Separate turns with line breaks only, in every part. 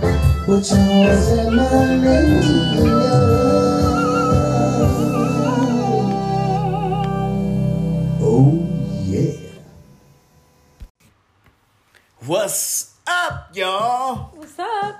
Put your hands in mine and deep in your love. Oh yeah. What's up, y'all?
What's up?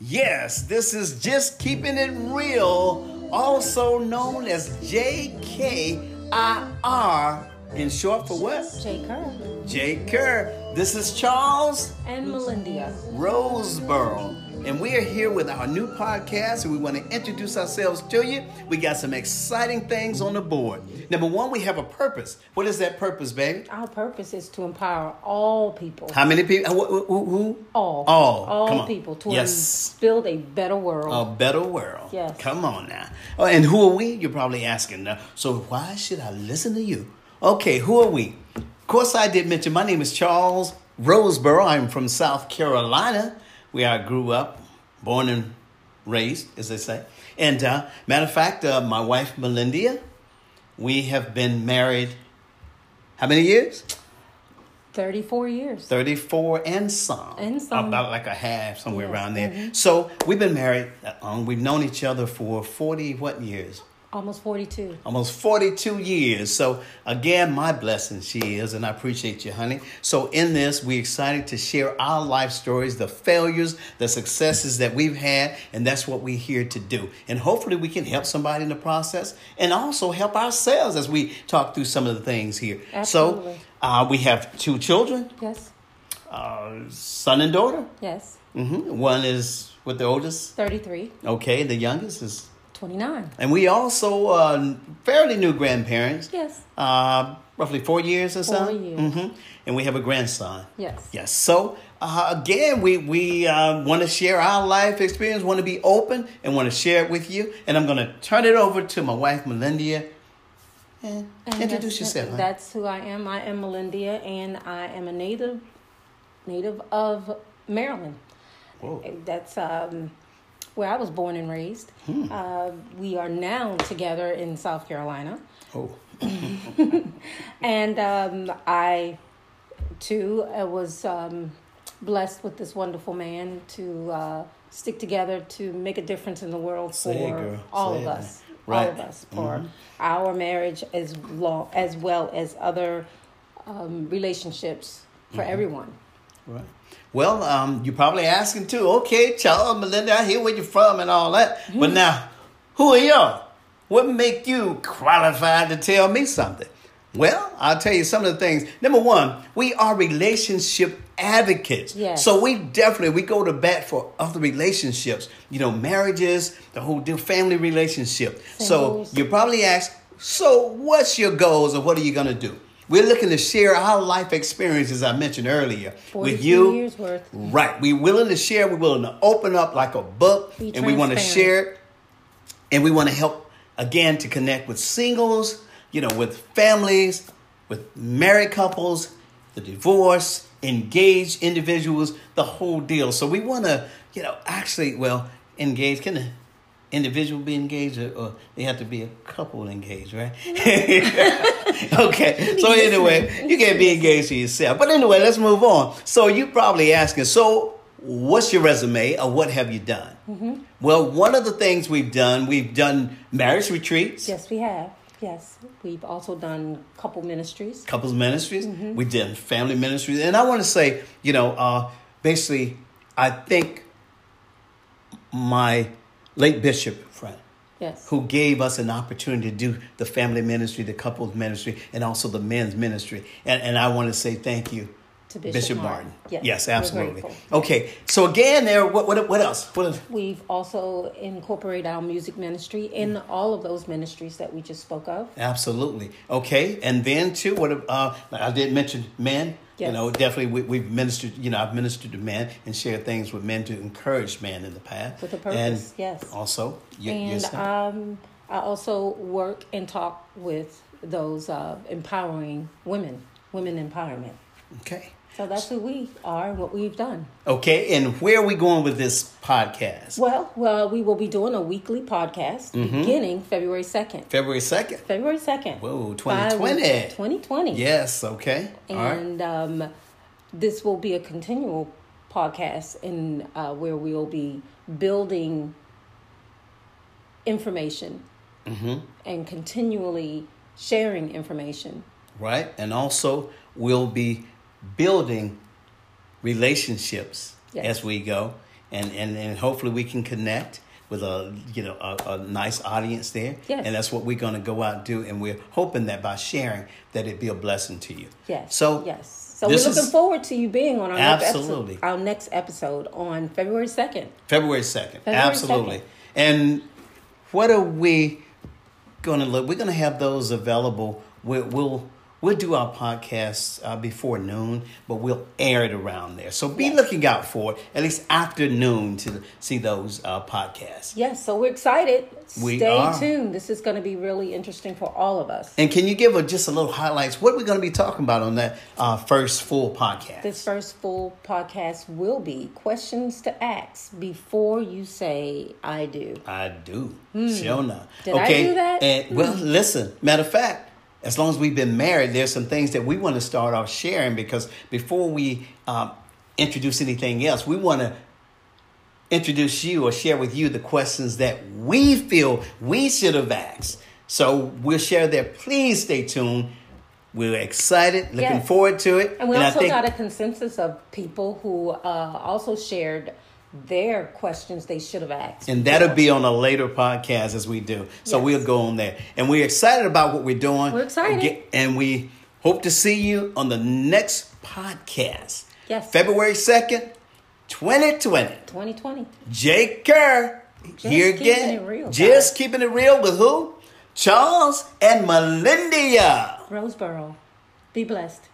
Yes, this is just keeping it real, also known as JKIR, in short for what?
Jay Kerr
J Kerr. This is Charles
and Melinda.
Roseboro. And we are here with our new podcast, and we want to introduce ourselves to you. We got some exciting things on the board. Number one, we have a purpose. What is that purpose, baby?
Our purpose is to empower all people.
How many people? Who? who, who?
All.
All. Come
All
on.
people to
Yes. Oh.
build a better world.
A better world.
Yes.
Come on now. Oh, and who are we? You're probably asking. Now. So why should I listen to you? Okay, who are we? Of course, I did mention my name is Charles Roseboro. I'm from South Carolina, where I grew up, born and raised, as they say. And uh, matter of fact, uh, my wife Melinda, we have been married. How many years?
34 years.
34 and some.
And some. Mm-hmm.
About like a half, somewhere
Yes,
around there. So we've been married, that long. we've known each other for 40 what years?
Almost 42.
Almost 42 years. So again, my blessing she is, and I appreciate you, honey. So in this, we're excited to share our life stories, the failures, the successes that we've had, and that's what we're here to do. And hopefully we can help somebody in the process and also help ourselves as we talk through some of the things here.
Absolutely.
So uh, we have two children
Yes.
uh, son and daughter.
Yes.
hmm One is with the oldest.
33.
Okay, the youngest is,
29.
and we also uh, fairly new grandparents.
Yes.
Uh, roughly four years or so.
Four years.
hmm And we have a grandson.
Yes.
Yes. So uh, again, we we uh, want to share our life experience, want to be open, and want to share it with you. And I'm going to turn it over to my wife, Melinda. And
And
introduce
that's-
yourself. huh?
That's who I am. I am Melinda, and I am a native native of Maryland.
Whoa.
That's um, where I was born and raised.
Hmm.
Uh, we are now together in South Carolina.
Oh.
And um, I, too, uh, was um, blessed with this wonderful man to uh, stick together to make a difference in the world
Say it,
for
girl.
all
Say
of
it.
us.
Right. Mm-hmm.
All of us for our marriage as long as well as other um, relationships for
Mm-hmm.
everyone.
Right. Well, um, you're probably asking too. Okay, Charles, Melinda, I hear where you're from and all that. But now, who are y'all? What make you qualified to tell me something? Well, I'll tell you some of the things. Number one, we are relationship advocates.
Yes.
So we definitely we go to bat for other relationships. You know, marriages, the whole deal, family relationship. So
Singles.
you probably ask, so what's your goals or what are you gonna do? We're looking to share our life experience, as I mentioned earlier, with
43
you.
years worth.
Right. We're willing to share. We're willing to open up like a book,
Be
and we want to
transparent.
share it. And we want to help again to connect with singles, you know, with families, with married couples, the divorce, engaged individuals, the whole deal. So we want to, you know, actually, well, engage. Can the individual be engaged, or, or they have to be a couple engaged, right? okay. So
listening.
anyway, you can't be engaged to yourself. But anyway, let's move on. So you probably asking, so what's your resume or what have you done? Well, one of the things we've done, we've done marriage retreats,
Yes, we have. Yes, we've also done couple ministries.
couples ministries, we did family ministries, and I want to say, you know, uh, basically, I think my late bishop friend
Yes.
who gave us an opportunity to do the family ministry, the couples ministry, and also the men's ministry. And, and I want to say thank you
To Bishop Martin.
Yes,
Yes, we're
absolutely.
grateful.
Okay, so again, there. What what, what else? What else?
We've also incorporated our music ministry in
Mm.
all of those ministries that we just spoke of.
Absolutely. Okay, and then too, what uh, I did mention men. You
Yes.
know, definitely we, we've ministered. You know, I've ministered to men and shared things with men to encourage men in the path
With a purpose,
and
yes.
Also, y-
And
yourself.
um, I also work and talk with those uh, empowering women, women empowerment.
okay.
So that's who we are and what we've done.
Okay, and where are we going with this podcast?
Well, well, we will be doing a weekly podcast beginning February 2nd.
February second.
February 2nd.
Whoa,
Five
2020.
weeks- 2020.
Yes, okay. All right.
And um, this will be a continual podcast and uh, where we'll be building information
Mm-hmm.
and continually sharing information.
right? And also, we'll be building relationships
Yes.
as we go, and, and and hopefully we can connect with a you know a, a nice audience there.
Yes.
And that's what we're going to go out and do, and we're hoping that by sharing that it be a blessing to you.
Yes.
So
yes. So we're
this
looking
is
forward to you being on our
Absolutely.
next episode, our next episode on February second.
February second.
February
Absolutely. And what are we going to look? We're going to have those available. We'll we'll, we'll do our podcast uh, before noon, but we'll air it around there. So be
Yes.
looking out for it at least after noon to see those uh, podcasts.
Yes. So we're excited.
We
Stay
are.
tuned. This is going to be really interesting for all of us.
And can you give us just a little highlights? What we're going to be talking about on that uh, first full podcast?
This first full podcast will be questions to ask before you say I do.
I do. Sure not.
Hmm. Did I do that? Hmm.
And well, listen. Matter of fact, as long as we've been married, there's some things that we want to start off sharing because before we um, introduce anything else, we want to introduce you or share with you the questions that we feel we should have asked. So we'll share that. Please stay tuned. We're excited, looking
Yes.
forward to it.
And we
I
also
think-
got a consensus of people who uh, also shared their questions they should have asked.
And that'll be on a later podcast as we do. So
Yes.
we'll go on there. And we're excited about what we're doing.
We're excited.
Ge- And we hope to see you on the next podcast.
Yes.
February 2nd, 2020.
2020.
Jake Kerr here
keeping
again.
it real,
Just
guys.
keeping it real with who? Charles and Melinda.
Roseboro. Be blessed.